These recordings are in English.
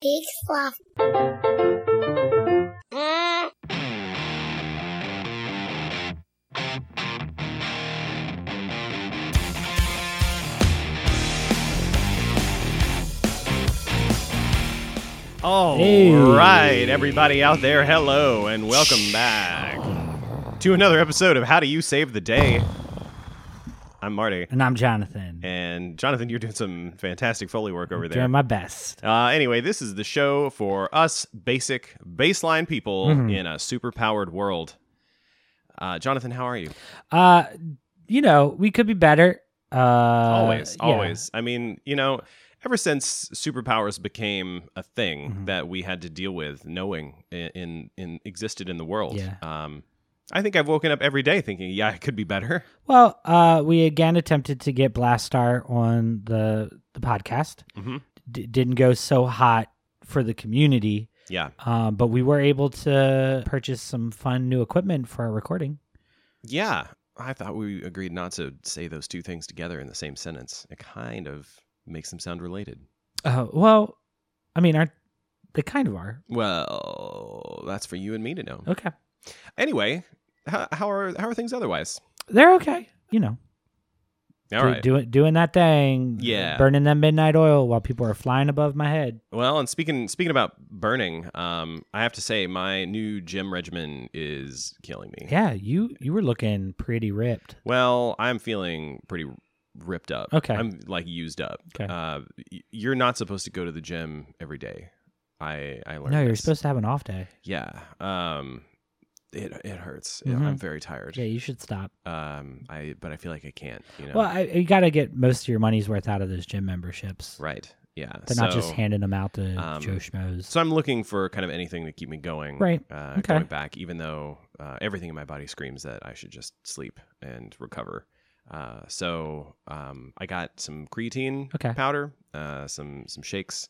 Big sloth. Mm. All right, Hey. everybody out there, hello and welcome back to another episode of How Do You Save the Day. I'm Marty, And I'm Jonathan. and Jonathan, you're doing some fantastic Foley work over there. Doing my best. Uh, anyway, this is the show for us basic baseline people in a super powered world. Uh, Jonathan, how are you? Uh, you know, we could be better. Uh, always, always, always. I mean, you know, ever since superpowers became a thing Mm-hmm. that we had to deal with, knowing in in, in existed in the world. Yeah. Um, I think I've woken up every day thinking, yeah, it could be better. Well, uh, we again attempted to get Blastar on the the podcast. Mhm. D- didn't go so hot for the community, Yeah, um, but we were able to purchase some fun new equipment for our recording. yeah. I thought we agreed not to say those two things together in the same sentence. It kind of makes them sound related. Uh, well, I mean, aren't they kind of are? Well, that's for you and me to know. Okay, Anyway, how, how are how are things otherwise? they're okay. You know, All do- right. doing doing that thing. Yeah. burning that midnight oil while people are flying above my head. Well, and speaking speaking about burning, um, I have to say my new gym regimen is killing me. Yeah, you you were looking pretty ripped. Well, I'm feeling pretty ripped up. Okay. I'm like used up. Okay. Uh, y- you're not supposed to go to the gym every day. I I learned. No, you're this. supposed to have an off day. Yeah. Um, it it hurts. Mhm. I'm very tired. Yeah, you should stop. Um, I but I feel like I can't. You know. Well, I, you got to get most of your money's worth out of those gym memberships. right. Yeah. They're not just so- handing them out to um, Joe Schmoes. So I'm looking for kind of anything to keep me going, Right. Uh, Okay. Going back, even though uh, everything in my body screams that I should just sleep and recover. Uh, so um, I got some creatine Okay. powder, uh, some some shakes.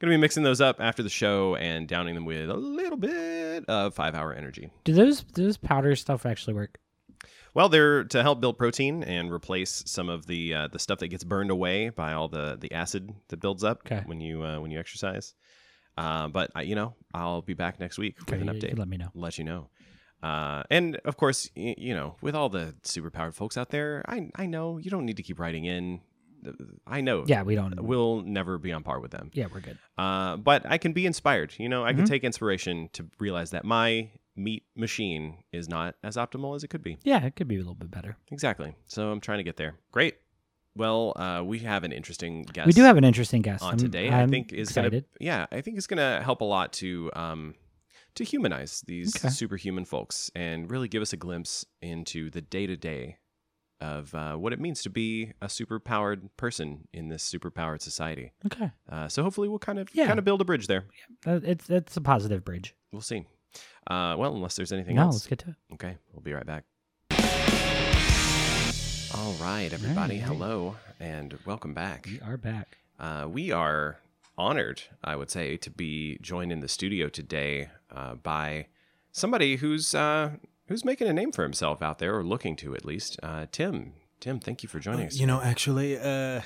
Gonna be mixing those up after the show and downing them with a little bit of five hour energy. Do those do those powder stuff actually work? Well, they're to help build protein and replace some of the uh, the stuff that gets burned away by all the the acid that builds up Okay. when you uh, when you exercise. Uh, but I, you know, I'll be back next week Okay, with you- an you update. can let me know. Let you know. Uh, and of course, y- you know, with all the superpowered folks out there, I I know you don't need to keep writing in. I know. Yeah, we don't. We'll never be on par with them. yeah, we're good. Uh, but I can be inspired. You know, I can Mhm. take inspiration to realize that my meat machine is not as optimal as it could be. Yeah, it could be a little bit better. Exactly. So I'm trying to get there. Great. Well, uh, we have an interesting guest. We do have an interesting guest on I'm- today. i I'm think is gonna excited. yeah. I think it's gonna help a lot to um to humanize these Okay. superhuman folks and really give us a glimpse into the day to day of uh, what it means to be a superpowered person in this superpowered society. Okay, Uh, so hopefully we'll kind of Yeah. kind of build a bridge there. Uh, it's it's a positive bridge. We'll see. Uh, well, unless there's anything No, else. let's get to it. Okay, we'll be right back. All right, everybody. Alright. Hello and welcome back. We are back. Uh, we are honored, I would say, to be joined in the studio today uh, by somebody who's uh, who's making a name for himself out there, or looking to at least. Uh, Tim, Tim, thank you for joining us. You know, actually, uh,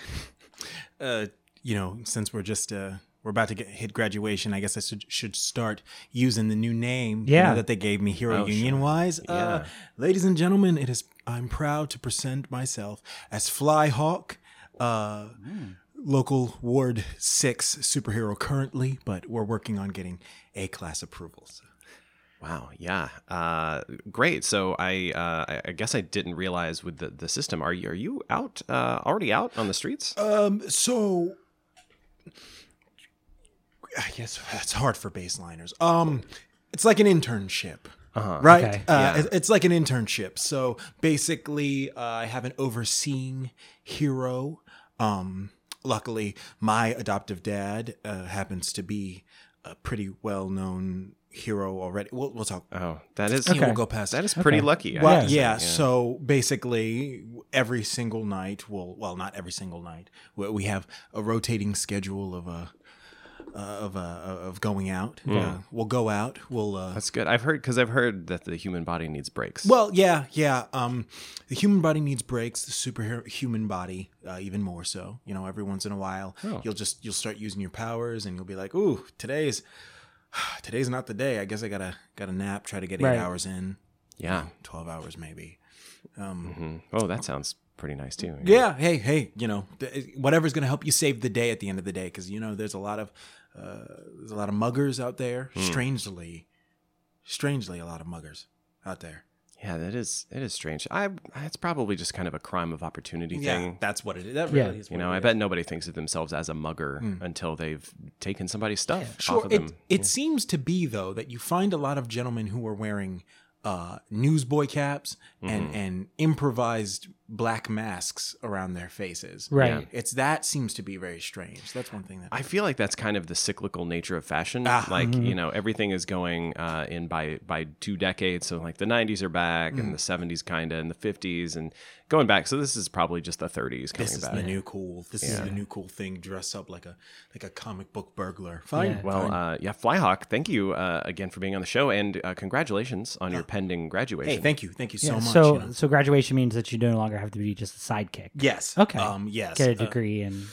uh, you know, since we're just uh, we're about to get, hit graduation, I guess I should, should start using the new name you know, Yeah. that they gave me, Hero Oh, sure. Union wise. Uh, Yeah. ladies and gentlemen, it is I'm proud to present myself as Fly Hawk. Uh, Local Ward 6 superhero currently, but we're working on getting A class approvals. Wow, yeah, uh, great. So I, uh, I- I guess I didn't realize with the, the system. Are you are you out uh, already out on the streets? Um, so I guess that's hard for baseliners. Um, it's like an internship, Uh-huh. right? Okay. Uh, Yeah. it- It's like an internship. So basically, uh, I have an overseeing hero. Um, luckily, my adoptive dad uh, happens to be a pretty well-known hero already. We'll, we'll talk. Oh, that is We'll go past that is pretty Okay. lucky. I well, guess. yeah, So basically, every single night, we'll well, not every single night. We, we have a rotating schedule of uh, uh, of uh, of going out. Yeah. Uh, we'll go out. We'll uh, That's good. I've heard because I've heard that the human body needs breaks. Well, yeah, yeah. Um, the human body needs breaks. The superhuman body, uh, even more so. You know, every once in a while, Oh. you'll just you'll start using your powers, and you'll be like, "Ooh, today's today's not the day. I guess I gotta gotta nap. Try to get eight Right. hours in, yeah. twelve hours maybe." Um, hmm Oh, that sounds pretty nice too. yeah. Hey. Hey. You know, th- eh, whatever's gonna help you save the day at the end of the day, because you know there's a lot of uh, there's a lot of muggers out there. Hmm. Strangely, strangely, a lot of muggers out there. Yeah, that is it is strange. I it's probably just kind of a crime of opportunity Yeah, thing. that's what it is. That Yeah. really is. You what know, it I is. Hmm. bet nobody thinks of themselves as a mugger until they've taken somebody's stuff Sure. off of it them. it seems to be though that you find a lot of gentlemen who are wearing uh, newsboy caps Hmm. and and improvised black masks around their faces. Right. It's that seems to be very strange. That's one thing that I feel like that's kind of the cyclical nature of fashion. Ah. like you know, everything is going uh, in by by two decades. So like the '90s are back, Hmm. and the '70s kinda, and the '50s, and going back. So this is probably just the '30s coming this is back. the new cool. This is the new cool thing. Dress up like a like a comic book burglar. Fine. Yeah. Well, uh, yeah, Flyhawk, thank you uh, again for being on the show, and uh, congratulations on your pending graduation. hey, thank you, thank you so Yeah, much. so you know. so graduation means that you no longer have to be just a sidekick. Yes. Okay. Um. Yes. Get a Uh, degree and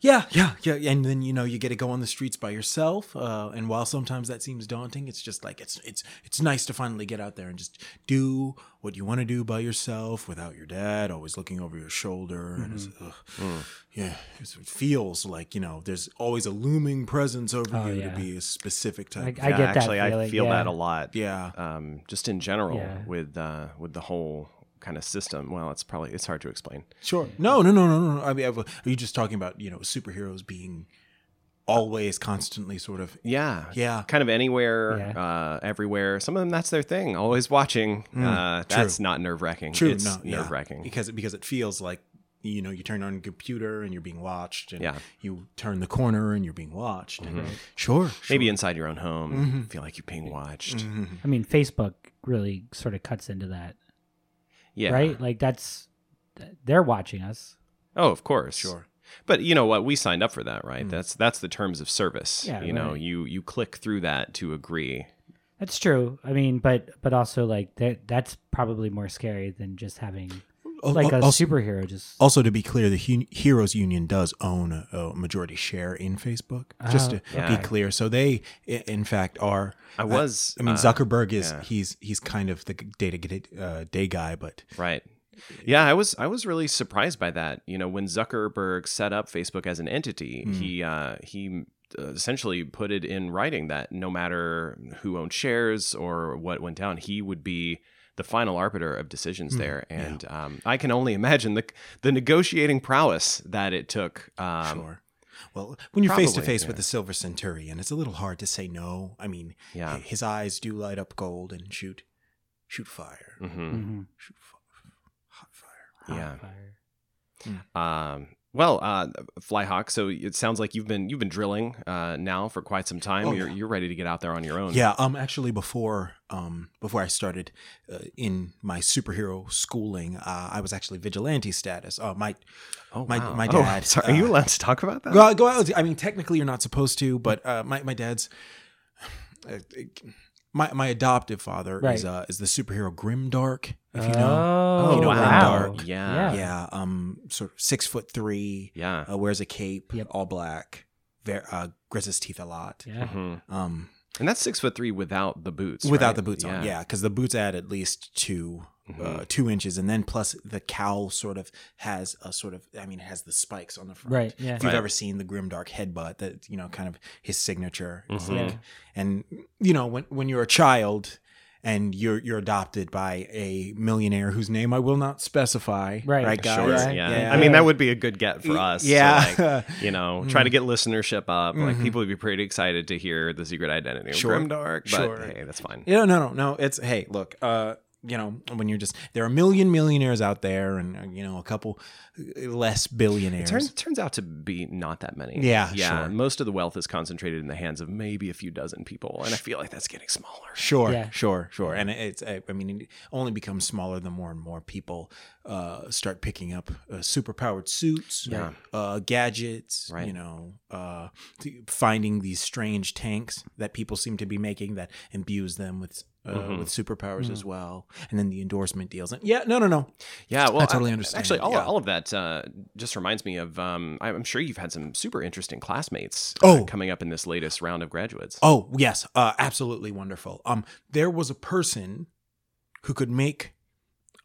Yeah, yeah, yeah. And then you know you get to go on the streets by yourself, uh, and while sometimes that seems daunting, it's just like it's it's it's nice to finally get out there and just do what you want to do by yourself without your dad always looking over your shoulder. And it's, Mm-hmm. ugh, Mm. yeah, it's, it feels like you know there's always a looming presence over Oh, you yeah. to be a specific I, I type. of get that actually, feeling. I feel yeah. that a lot. yeah, Um, just in general Yeah. with uh, with the whole kind of system. Well, it's probably it's hard to explain. sure. No, no, no, no, no, no. I mean, I- are you just talking about you know superheroes being always constantly sort of Yeah. yeah Kind of anywhere, Yeah. Mm, uh, everywhere. Some of them, that's their thing. Always watching. uh, that's not nerve wracking. True, It's no, yeah. nerve wracking. because it because it feels like you know you turn on a computer and you're being watched, and Yeah. Mm-hmm. you turn the corner and you're being watched. and- sure, Mm-hmm. sure. Maybe inside your own home, Mm-hmm. you feel like you're Mm. being watched. I mean, Facebook really sort of cuts into that, Yeah. right? Like that's they're watching us. Oh, of course. Sure. But you know what? We signed up for that, right? That's that's the terms of service. Yeah, you know, right. you you click through that to agree. That's true. I mean, but but also like that that's probably more scary than just having Al- like al- a Oh, also, superhero just also to be clear, the Hu- Heroes Union does own a, a majority share in Facebook. just to Oh, okay. be clear, so they i- in fact are. I was. I mean, uh, Zuckerberg is yeah. he's he's kind of the data uh, day guy, but Right. Yeah, I was I was really surprised by that. You know, when Zuckerberg set up Facebook as an entity, he uh, he uh, essentially put it in writing that no matter who owned shares or what went down, he would be the final arbiter of decisions there. And um, I can only imagine the the negotiating prowess that it took. Um, Sure. Well, when you're face to Probably, face yeah. with the Silver Centurion, it's a little hard to say no. I mean, Yeah. hi- his eyes do light up gold and shoot, shoot fire, mhm. Mhm. shoot fi- hot fire. Mm-hmm. Yeah. Fire. Um, well, uh, Flyhawk. So it sounds like you've been you've been drilling uh, now for quite some time. Oh, you're yeah. you're ready to get out there on your own. Yeah. Um. Actually, before um before I started uh, in my superhero schooling, uh, I was actually vigilante status. Uh, my Oh, My- wow. my Oh, dad, sorry, are you uh, allowed to talk about that? Go, go out. I mean, technically, you're not supposed to, but uh, my my dad's uh, my my adoptive father Right. is uh, is the superhero Grimdark. If you know, oh, you know, wow. dark. Yeah. yeah. Um, sort of six foot three. Yeah. uh, wears a cape, Yep. all black, ver- uh, grisses teeth a lot. Yeah. Mhm. Um, And that's six foot three without the boots. without right? Mm-hmm. the boots on, yeah, because the boots add at least 2 uh, two inches, and then plus the cowl sort of has a sort of, I mean, it has the spikes on the front. Right. Yeah. If you've Right. ever seen the Grimdark headbutt, that you know, kind of his signature. It's Mhm. Mm-hmm. like, and you know, when when you're a child and you're you're adopted by a millionaire whose name I will not specify, Right. guys? Sure. Yeah. Yeah. I mean, that would be a good get for us. to, Yeah. Mm. like, you know, try to get listenership up. Like Mhm. people would be pretty excited to hear the secret identity of Sure. Grimdark. But Sure. hey, that's fine. Yeah, no, no, no. It's hey, look. Uh, you know, when you're just there are a million millionaires out there, and uh, you know, a couple uh, less billionaires. Turns turns out to be not that many. Yeah, yeah. sure. Most of the wealth is concentrated in the hands of maybe a few dozen people, and I feel like that's getting smaller. Sure, Yeah. sure, sure. And it's, I, I mean, it only becomes smaller the more and more people uh, start picking up uh, superpowered suits, Yeah. uh, gadgets, Right. you know, uh, th- finding these strange tanks that people seem to be making that imbues them with. Uh, Mhm. With superpowers as well, and then the endorsement deals. And yeah, no, no, no. Yeah, well, I totally a- understand. Actually, all, Yeah. all of that uh, just reminds me of. Um, I- I'm sure you've had some super interesting classmates uh, Oh. coming up in this latest round of graduates. Oh yes, uh, absolutely wonderful. Um, there was a person who could make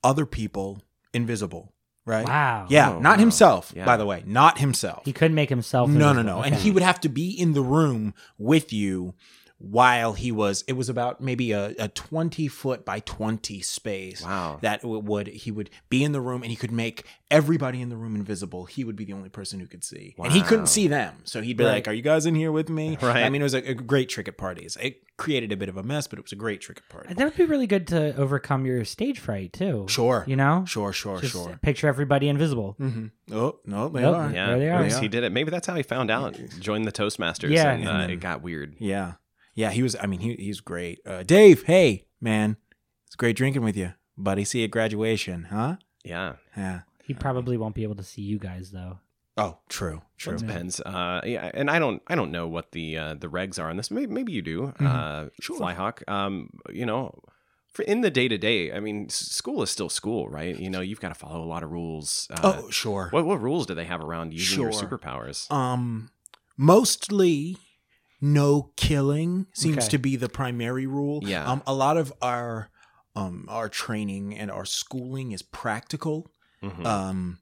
other people invisible, right? Wow. Yeah, Oh, not wow. himself, Yeah. by the way, not himself. He couldn't make himself. No, no, invisible. no. And Okay. he would have to be in the room with you while he was. It was about maybe a, a twenty foot by twenty space. Wow. That w- would he would be in the room and he could make everybody in the room invisible. He would be the only person who could see, and he Wow. couldn't see them. So he'd be Right. like, "Are you guys in here with me?" Right. I mean, it was a, a great trick at parties. It created a bit of a mess, but it was a great trick at parties. That would be really good to overcome your stage fright too. Sure. You know, Sure, sure, Just sure. picture everybody invisible. hmm Oh no, they Nope. are. yeah, there they are. He did it. Maybe that's how he found out. Joined the Toastmasters, Yeah. and, uh, And then- it got weird. Mm-hmm. Yeah. Yeah, he was I mean he he's great. Uh Dave, hey, man. It's great drinking with you, buddy. See you at graduation, huh? Yeah, Yeah. He probably won't be able to see you guys though. Oh, true. True. Well, it depends. Uh, yeah, and I don't, I don't know what the uh, the regs are on this. Maybe, maybe you do, uh, Mm-hmm. Sure. Flyhawk. Um, you know, for in the day to day, I mean, s- school is still school, right? You know, you've got to follow a lot of rules. Uh, oh, sure. what what rules do they have around using your Sure. superpowers? Um mostly no killing seems Okay. to be the primary rule. Yeah. Um a lot of our um our training and our schooling is practical. Mhm. Um,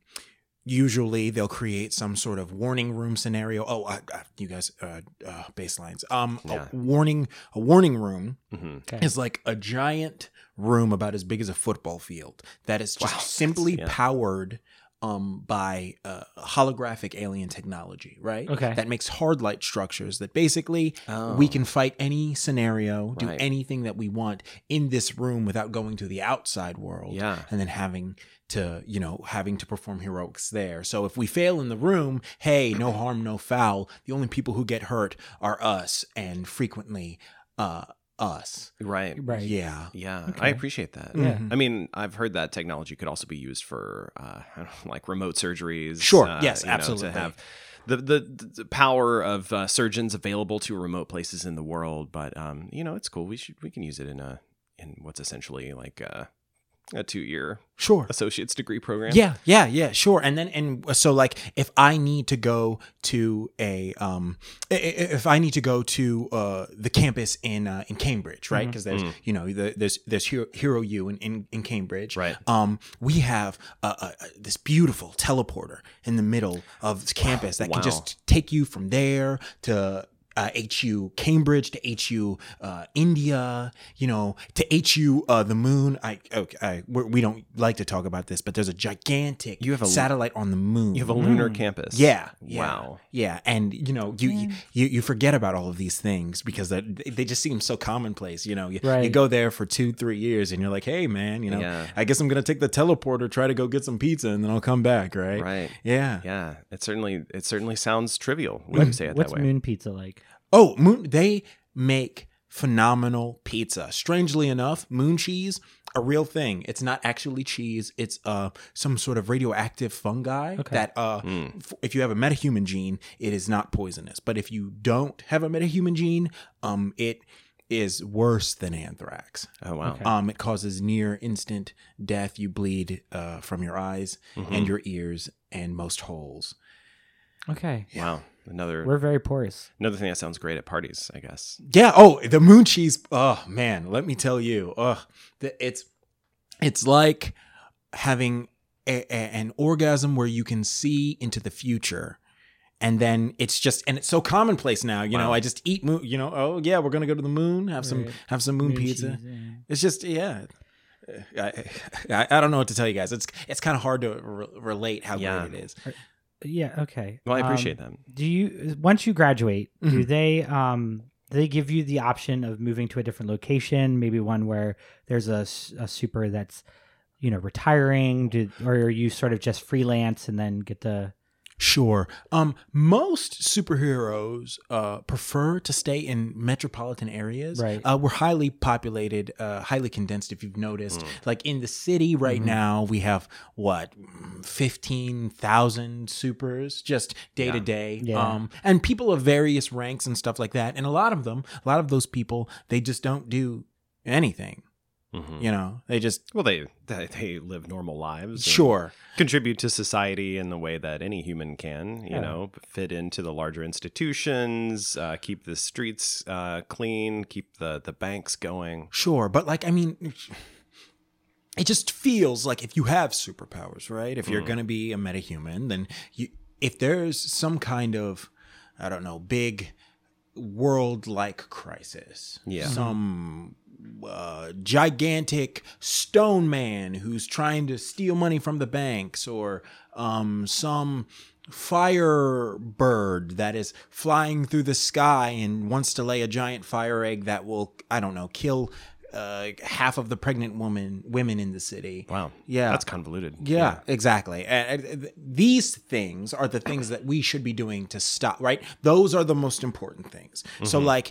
usually they'll create some sort of warning room scenario. Oh, I, I, you guys, uh, uh, baselines. Um, Yeah. a warning, a warning room Mhm. Okay. is like a giant room about as big as a football field that is just Wow. simply Yeah. powered um, by uh, holographic alien technology, right? Okay. That makes hard light structures that basically mm-hmm. we can fight any scenario, do Oh. Right. anything that we want in this room without going to the outside world Oh. Yeah. and then having to you know having to perform heroics there so if we fail in the room hey no harm no foul the only people who get hurt are us and frequently uh us Right. right. yeah Yeah, I Okay. appreciate that. Yeah. Mhm. I mean, I've heard that technology could also be used for uh, I don't know, like remote surgeries. Sure. uh, Yes, you know, absolutely. to have the, the the power of uh, surgeons available to remote places in the world, but um, you know, it's cool. We should we can use it in a in what's essentially like a, a two year sure associate's degree program. yeah yeah yeah sure and then and uh, so like if i need to go to a um i- i- if i need to go to uh the campus in uh, in cambridge right Mm-hmm. because Mm. there's you know the, there's there's hero, hero u in, in in cambridge Right. um, we have uh, uh, this beautiful teleporter in the middle of this campus that Wow. can just take you from there to uh, HU Cambridge to HU uh, India, you know, to HU uh, the moon. I, okay, I we're, we don't like to talk about this, but there's a gigantic You have a- satellite on the moon. You have a lunar campus. Mm. Yeah, yeah. Wow. Yeah, and you know, you, you you you forget about all of these things because they they just seem so commonplace. You know, you, you Right. go there for two, three years, and you're like, hey, man, you know, Yeah. I guess I'm gonna take the teleporter, try to go get some pizza, and then I'll come back, right? Right. Yeah. Yeah. It certainly it certainly sounds trivial Mm. when you say it What's that way. moon pizza like? Oh, moon. They make phenomenal pizza. Strangely enough, moon cheese a real thing. It's not actually cheese. It's uh some sort of radioactive fungi Okay. that uh Mm. f- if you have a metahuman gene, it is not poisonous. But if you don't have a metahuman gene, um it is worse than anthrax. Oh wow. Okay. Um, it causes near instant death. You bleed uh, from your eyes Mm-hmm. Mm. and your ears and most holes. Okay. Wow. Another We're very porous. another thing that sounds great at parties, I guess. Yeah. Oh, the moon cheese. Oh man, let me tell you. Oh, the, it's it's like having a, a- an orgasm where you can see into the future. And then it's just, and it's so commonplace now. You know, Wow. I just eat moon. You know, oh yeah, we're gonna go to the moon, have some, Right. have some moon, pizza. cheese, yeah. It's just yeah. I, I I don't know what to tell you guys. It's it's kind of hard to re- relate how Yeah. great it is. Yeah. Okay. Well, I Um, appreciate that. Do you once you graduate, do Mhm. they um they give you the option of moving to a different location, maybe one where there's a, s- a super that's you know retiring, do, or are you sort of just freelance and then get to Sure. Um, most superheroes uh, prefer to stay in metropolitan areas. Right. Um, Uh, we're highly populated, uh, highly condensed, if you've noticed. Mm. Like in the city right Mhm. now, we have what, mm, 15,000 supers just day to Yeah. day. Yeah. Um, and people of various ranks and stuff like that. And a lot of them, a lot of those people, they just don't do anything. Mhm. You know, they just, Well, they, they they live normal lives. and sure. contribute to society in the way that any human can. You Yeah. know, fit into the larger institutions, uh, keep the streets uh, clean, keep the the banks going. Sure, but like I mean it just feels like if you have superpowers, right? If you're Mm. going to be a metahuman, then you if there's some kind of I don't know, big world-like crisis. Yeah. Mm-hmm. Some uh, gigantic stone man who's trying to steal money from the banks or um some fire bird that is flying through the sky and wants to lay a giant fire egg that will i don't know kill uh, half of the pregnant woman women in the city Wow. Yeah. That's convoluted. yeah, exactly. And, and th- these things are the things that we should be doing to stop, right? Those are the most important things. So, like,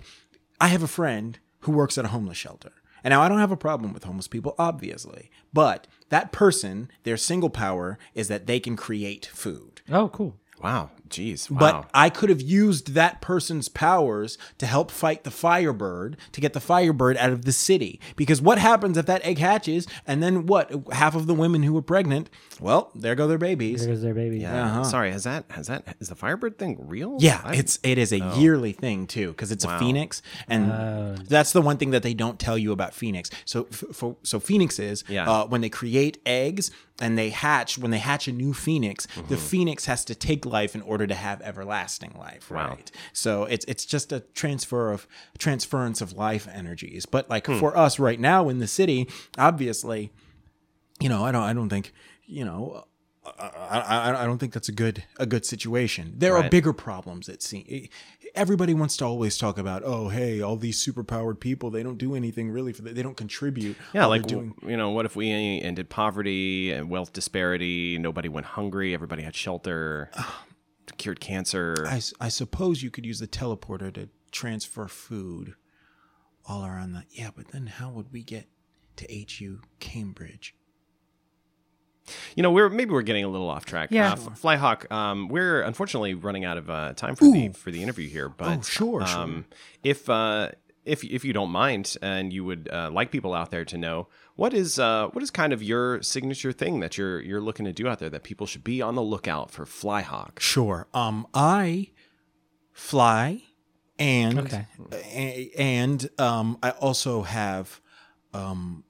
I have a friend who works at a homeless shelter. And now I don't have a problem with homeless people, obviously. But that person, their single power is that they can create food. oh cool Wow. Jeez. But Wow. I could have used that person's powers to help fight the Firebird to get the Firebird out of the city. Because what happens if that egg hatches and then what? Half of the women who were pregnant, well, there go their babies. there goes their baby yeah. Sorry. Has that has that is the Firebird thing real? Uh-huh. Yeah, I- it's it is a yearly thing too because it's a phoenix, and Uh. that's the one thing that they don't tell you about phoenix. So f- for, so phoenixes, Yeah. uh, when they create eggs and they hatch, when they hatch a new phoenix, Mm-hmm. the phoenix has to take life in order to have everlasting life, Wow. right? So it's it's just a transfer of transference of life energies. But like Hmm. for us right now in the city, obviously, you know, I don't I don't think you know. I, I, I don't think that's a good a good situation. There are Right. bigger problems. It seems everybody wants to always talk about, oh, hey, all these superpowered people, they don't do anything really for the, they don't contribute. Yeah, All like they're doing. w- you know, what if we ended poverty and wealth disparity? Nobody went hungry. Everybody had shelter, cured cancer. I, s- I suppose you could use the teleporter to transfer food all around the. Yeah, but then how would we get to HU Cambridge? you know, we're maybe we're getting a little off track. Yeah. uh, F- Flyhawk. Um, we're unfortunately running out of uh, time for the Ooh. Oh, for the interview here. But sure, sure. um, if uh, if if you don't mind, and you would uh, like people out there to know what is uh, what is kind of your signature thing that you're you're looking to do out there that people should be on the lookout for Flyhawk. Sure. Um, I fly, and Okay. a- and um, I also have um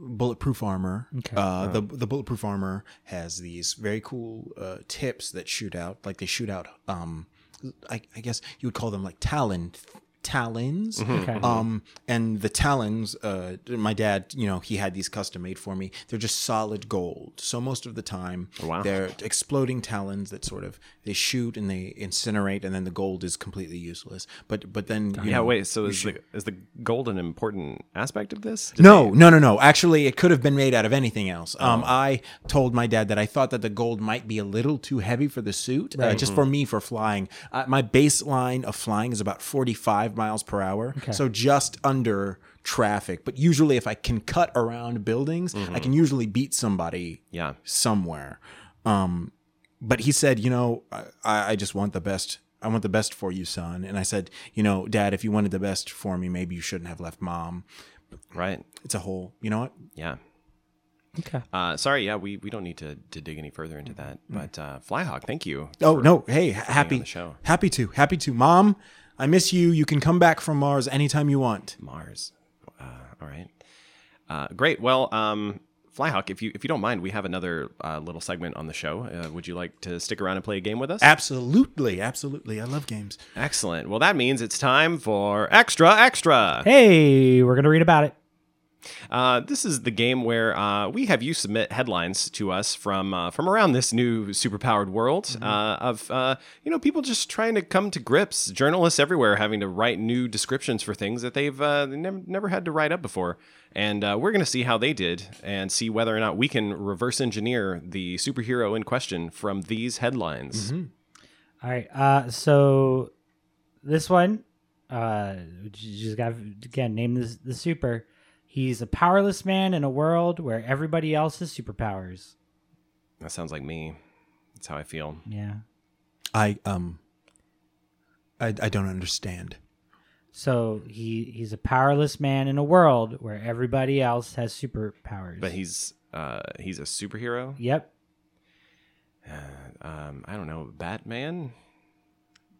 bulletproof armor. Okay. Uh, the the bulletproof armor has these very cool uh, tips that shoot out, like they shoot out. Um, I, I guess you would call them like talon talons. Mm-hmm. okay Um, and the talons, uh, my dad, you know, he had these custom made for me. They're just solid gold. So most of the time, Oh, Wow. they're exploding talons that sort of they shoot and they incinerate, and then the gold is completely useless. But but then you Yeah, know, wait. So is the is the gold an important aspect of this? Did No, no, no, no. Actually, it could have been made out of anything else. Um, I told my dad that I thought that the gold might be a little too heavy for the suit, uh, just for me for flying. Uh, my baseline of flying is about 45 miles per hour, so just under traffic. But usually, if I can cut around buildings, I can usually beat somebody They, yeah. somewhere. Um, but he said, you know, I, I just want the best. I want the best for you, son. And I said, you know, dad, if you wanted the best for me, maybe you shouldn't have left mom Right. it's a whole you know what Yeah. okay Uh, sorry. Yeah. We, we don't need to, to dig any further into that. Mm-hmm. But uh, Flyhawk, thank you. oh no hey h- on happy the show. happy to happy to mom i miss you you can come back from mars anytime you want Mars. Uh, all right. Uh, great. Well, um, Flyhawk, if you if you don't mind, we have another uh, little segment on the show. Uh, would you like to stick around and play a game with us? absolutely absolutely i love games Excellent. Well, that means it's time for extra extra. hey we're gonna read about it Uh, this is the game where uh, we have you submit headlines to us from uh, from around this new superpowered world uh, of uh, you know people just trying to come to grips. Journalists everywhere having to write new descriptions for things that they've uh, they never never had to write up before. And uh, we're going to see how they did and see whether or not we can reverse engineer the superhero in question from these Mm-hmm. headlines. All right. Uh, so this one, uh, you just got again name this the super. He's a powerless man in a world where everybody else has superpowers. That sounds like me. That's how I feel. Yeah. I um I I don't understand. So he he's a powerless man in a world where everybody else has superpowers. But he's uh, he's a superhero. yep. Um, I don't know, Batman.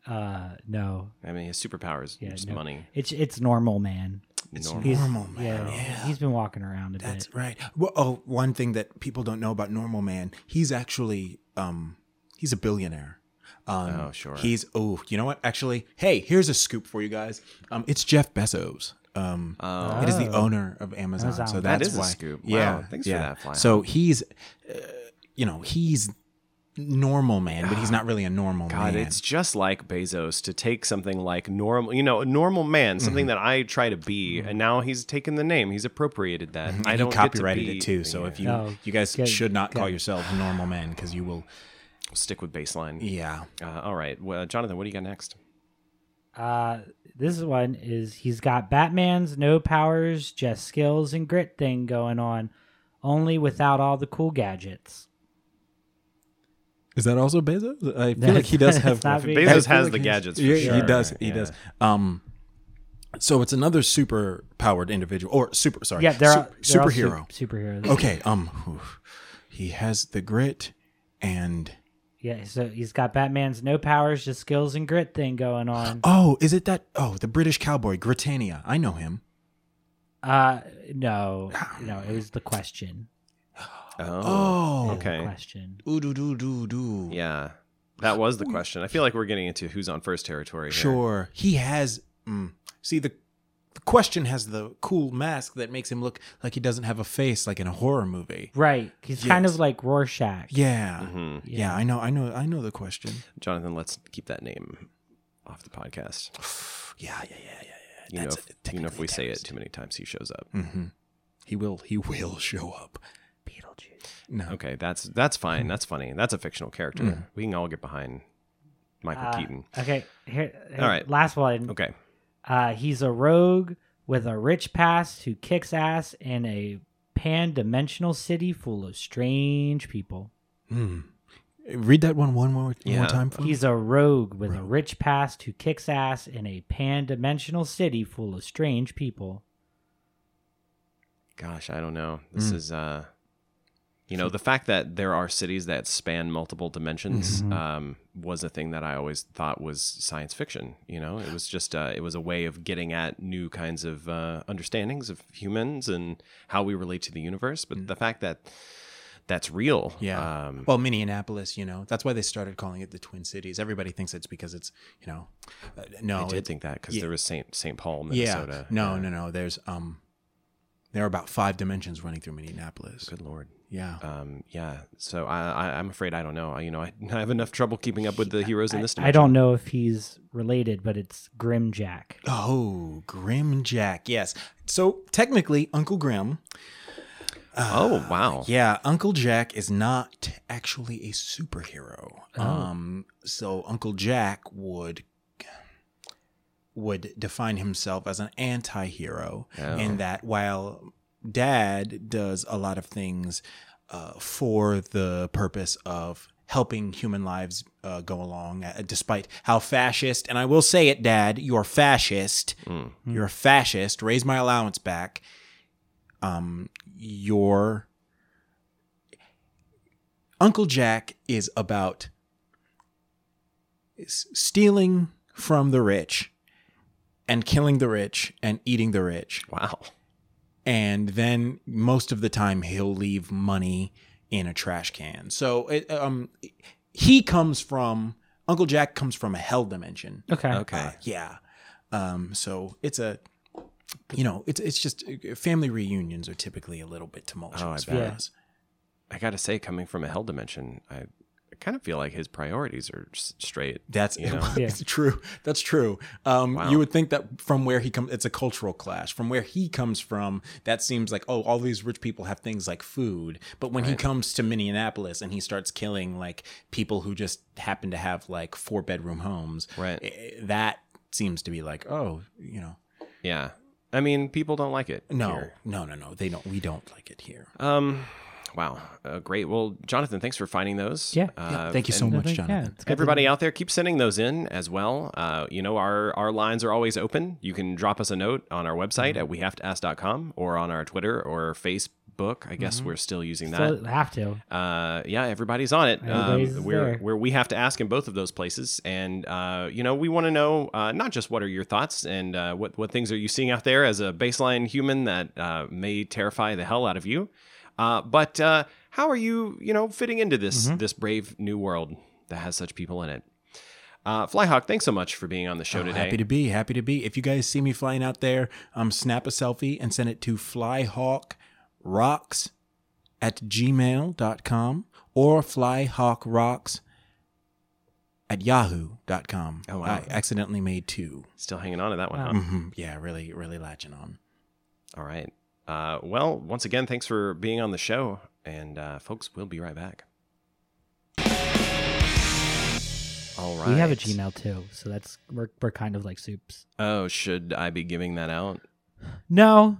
Uh, no. I mean, his superpower is Yeah, just no. money. It's it's normal man. It's Normal. He's- normal Oh, man. Yeah, He's been walking around a That's bit. right. Well, oh, one thing that people don't know about Normal Man, he's actually um he's a billionaire. Um, Oh, sure. He's oh, you know what? Actually, hey, here's a scoop for you guys. Um, it's Jeff Bezos. Um, Oh. it is the Oh. owner of Amazon, Amazon. so That that's is a why. scoop. Wow, Yeah, thanks for yeah. that, Fly. So he's, uh, you know, he's normal man, but he's not really a normal God, man. it's just like Bezos to take something like normal, you know, a normal man, something Mm-hmm. that I try to be, and now he's taken the name. He's appropriated that. I And don't Mm-hmm. he get to copyrighted be- uh, it too. So if you No, you guys Oh, get- should not call get- yourself a normal man because you will. stick with baseline. Yeah. Uh, all right, well, Jonathan, what do you got next? Uh, this one is he's got Batman's no powers, just skills and grit thing going on, only without all the cool gadgets. Is that also Bezos? I feel That's- like he does have. that's not me. I Bezos feel has like the he- gadgets for yeah, sure. He does. He Yeah. does. Um, so it's another super powered individual or super. Sorry. Yeah, they're, Sup- they're all superhero. su- superheroes. okay. Um, whew. he has the grit, and Yeah, so he's got Batman's no powers, just skills and grit thing going on. oh, is it that? Oh, the British cowboy Britannia. I know him. Uh, no, no, it was the question. Oh, Oh, It was the okay. question. Ooh, do do do do. yeah, that was the question. I feel like we're getting into who's on first territory. Here. Sure. He has. Mm, see, the, the question has the cool mask that makes him look like he doesn't have a face, like in a horror movie. Right, he's kind of Yes. like Rorschach. Yeah. Mhm. yeah. I know. I know. I know the question. Jonathan, let's keep that name off the podcast. Yeah. Yeah. Yeah. Yeah. You yeah. know, if, you know, if we say it too many times, he shows up. Mm-hmm. He will. He will show up. Beetlejuice. No. Okay, that's that's fine. Hmm. That's funny. That's a fictional character. We can all get behind Michael Uh, Keaton. Okay, here, here- All right. last one. Okay. Uh, he's a rogue with a rich past who kicks ass in a pan-dimensional city full of strange people. Mm. Read that one one more one Yeah. more time for me. He's a rogue with a rich past who kicks ass in a pan-dimensional city full of strange people. Gosh, I don't know. Hmm. This is uh you know, the fact that there are cities that span multiple dimensions Mm-hmm. um, was a thing that I always thought was science fiction. You know, it was just uh, it was a way of getting at new kinds of uh, understandings of humans and how we relate to the universe. But the fact that that's real, Hmm. Yeah. um, well, Minneapolis, you know, that's why they started calling it the Twin Cities. Everybody thinks it's because it's, you know, uh, no, I did it- think that because yeah. there was Saint Saint Paul, yeah, Minnesota. no, no, no. There's um, there are about five dimensions running through Minneapolis. Good lord. Yeah, Um, yeah. So I, I, I'm afraid I don't know. I, you know, I, I have enough trouble keeping up with the heroes in this I dimension. don't know if he's related, but it's Grimjack. Oh, Grim Jack. Yes. So technically, Uncle Grim. uh, Oh wow. Yeah, Uncle Jack is not actually a superhero. Oh. Um, so Uncle Jack would would define himself as an anti-hero Oh. in that while dad does a lot of things uh, for the purpose of helping human lives uh, go along uh, despite how fascist and i will say it dad you're fascist Mm. you're a fascist raise my allowance back um your uncle jack is about s- stealing from the rich and killing the rich and eating the rich Wow. and then most of the time he'll leave money in a trash can so it, um he comes from uncle jack comes from a hell dimension Okay. Okay. uh, yeah. Um, so it's a you know, it's it's just uh, family reunions are typically a little bit tumultuous for Oh, bet. us. I gotta say, coming from a hell dimension, I, I kind of feel like his priorities are s- straight. That's You know? Yeah. it's true. That's true. Um, Wow. You would think that from where he comes, it's a cultural clash. From where he comes from, that seems like oh, all these rich people have things like food. But when he Right. comes to Minneapolis and he starts killing like people who just happen to have like four bedroom homes, Right. eh, that seems to be like oh, you know, Yeah. I mean, people don't like it. no, here. no, no, no, they don't. We don't like it here. Um. Wow. Uh, great. Well, Jonathan, thanks for finding those. Yeah. Uh, Yeah, thank you so and- much, Yeah, Jonathan. it's good to Everybody know. out there, keep sending those in as well. Uh, you know, our, our lines are always open. You can drop us a note on our website Mm-hmm. at wehavetoask.com or on our Twitter or Facebook. I Mm-hmm. guess we're still using that. Still have to. Uh, yeah, everybody's on it. Everybody's um, we're, there. Where we have to ask in both of those places. And, uh, you know, we want to know uh, not just what are your thoughts and uh, what, what things are you seeing out there as a baseline human that uh, may terrify the hell out of you, uh, but uh, how are you, you know, fitting into this, Mm-hmm. this brave new world that has such people in it? Uh, Flyhawk, thanks so much for being on the show Oh, today. Happy to be, happy to be. If you guys see me flying out there, um, snap a selfie and send it to flyhawkrocks at gmail.com or flyhawkrocks at yahoo.com. Oh, wow. I accidentally made 2 Still hanging on to that one, Wow. huh? Mm-hmm. Yeah, really, really latching on. All right. Uh, well, once again, thanks for being on the show. And uh, folks, we'll be right back. All right. We have a Gmail too, so that's we're, we're kind of like soups. Oh, should I be giving that out? No,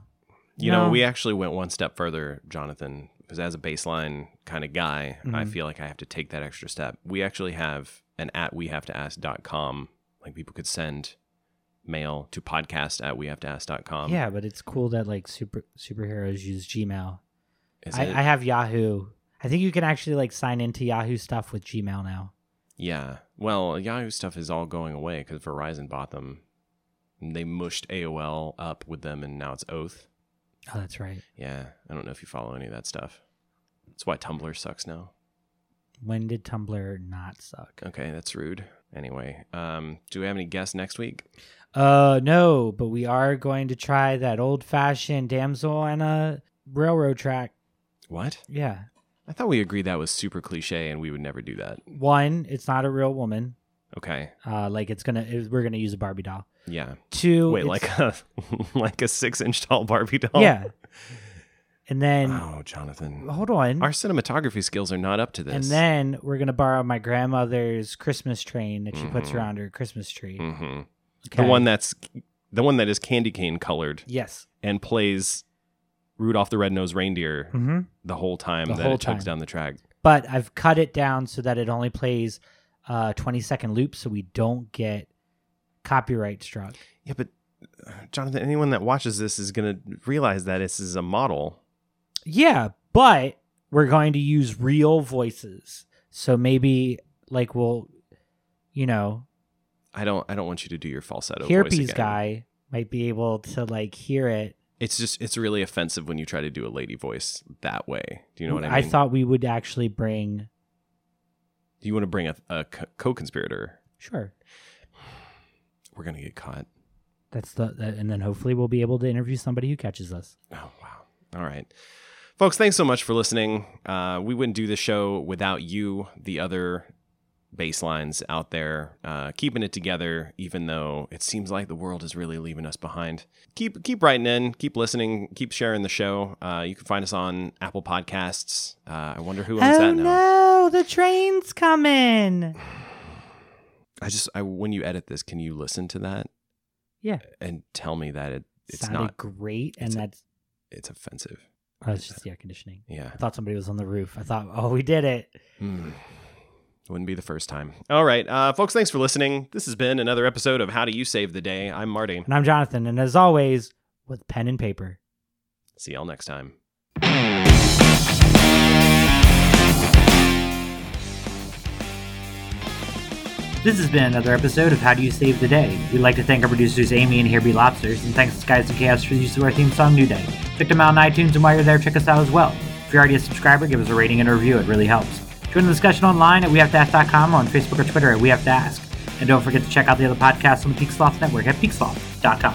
You know, No. we actually went one step further, Jonathan, because as a baseline kind of guy, I Mhm. feel like I have to take that extra step. We actually have an at we have to ask.com. Like people could send mail to podcast at we have to ask.com. yeah, but it's cool that like super superheroes use Gmail. Is I, it? I have Yahoo. I think you can actually like sign into Yahoo stuff with Gmail now. Yeah. Well, Yahoo stuff is all going away because Verizon bought them. And They mushed AOL up with them, and now it's Oath. Oh, that's right. Yeah. I don't know if you follow any of that stuff. That's why Tumblr sucks now. When did Tumblr not suck? Okay, that's rude. Anyway, um, do we have any guests next week? Uh, no, but we are going to try that old fashioned damsel and a railroad track. What? Yeah. I thought we agreed that was super cliche, and we would never do that. One, it's not a real woman. Okay. Uh, like it's gonna, it, we're gonna use a Barbie doll. Yeah. Two, Wait, it's- like oh. a like a six inch tall Barbie doll. yeah. And then Oh, Jonathan, hold on. our cinematography skills are not up to this. And then we're gonna borrow my grandmother's Christmas train that she puts Mhm. around her Christmas tree. Mhm. Okay. the one that's the one that is candy cane colored. Yes. and plays Rudolph the Red-Nosed Reindeer hmm the whole time The that whole it chugs time. down the track. But I've cut it down so that it only plays uh, 20 second loops so we don't get copyright struck. Yeah, but uh, Jonathan, anyone that watches this is going to realize that this is a model. Yeah, but we're going to use real voices. So maybe like we'll, you know, I don't I don't want you to do your falsetto voice Hearpies again. guy might be able to like hear it. It's just it's really offensive when you try to do a lady voice that way. Do you know what I mean? Mm, I thought we would actually bring. do you want to bring a, a co- co-conspirator? Sure. We're going to get caught. That's the, that, and then hopefully we'll be able to interview somebody who catches us. Oh, wow. All right. Folks, thanks so much for listening. Uh, we wouldn't do this show without you, the other baselines out there, uh, keeping it together, even though it seems like the world is really leaving us behind. Keep keep writing in, keep listening, keep sharing the show. Uh, you can find us on Apple Podcasts. Uh, I wonder who owns oh that now. no, the train's coming. I just I when you edit this, can you listen to that? Yeah. And tell me that it it's Sounded not great, and it's a- that's it's offensive. oh, it's just the air conditioning. Yeah. I thought somebody was on the roof. I thought, oh, we did it. Hmm. Wouldn't be the first time. All right, uh, folks, thanks for listening. This has been another episode of How Do You Save the Day. I'm Marty. And I'm Jonathan, and as always, with pen and paper. See y'all next time. This has been another episode of How Do You Save the Day. We'd like to thank our producers Amy and Here Be Lobsters, and thanks to Skies and Chaos for the use of our theme song New Day. Check them out on iTunes, and while you're there, check us out as well. If you're already a subscriber, give us a rating and a review. It really helps. Join the discussion online at wehavetoask.com or on Facebook or Twitter at wehavetoask. And don't forget to check out the other podcasts on the Peaksloft Network at peaksloft.com.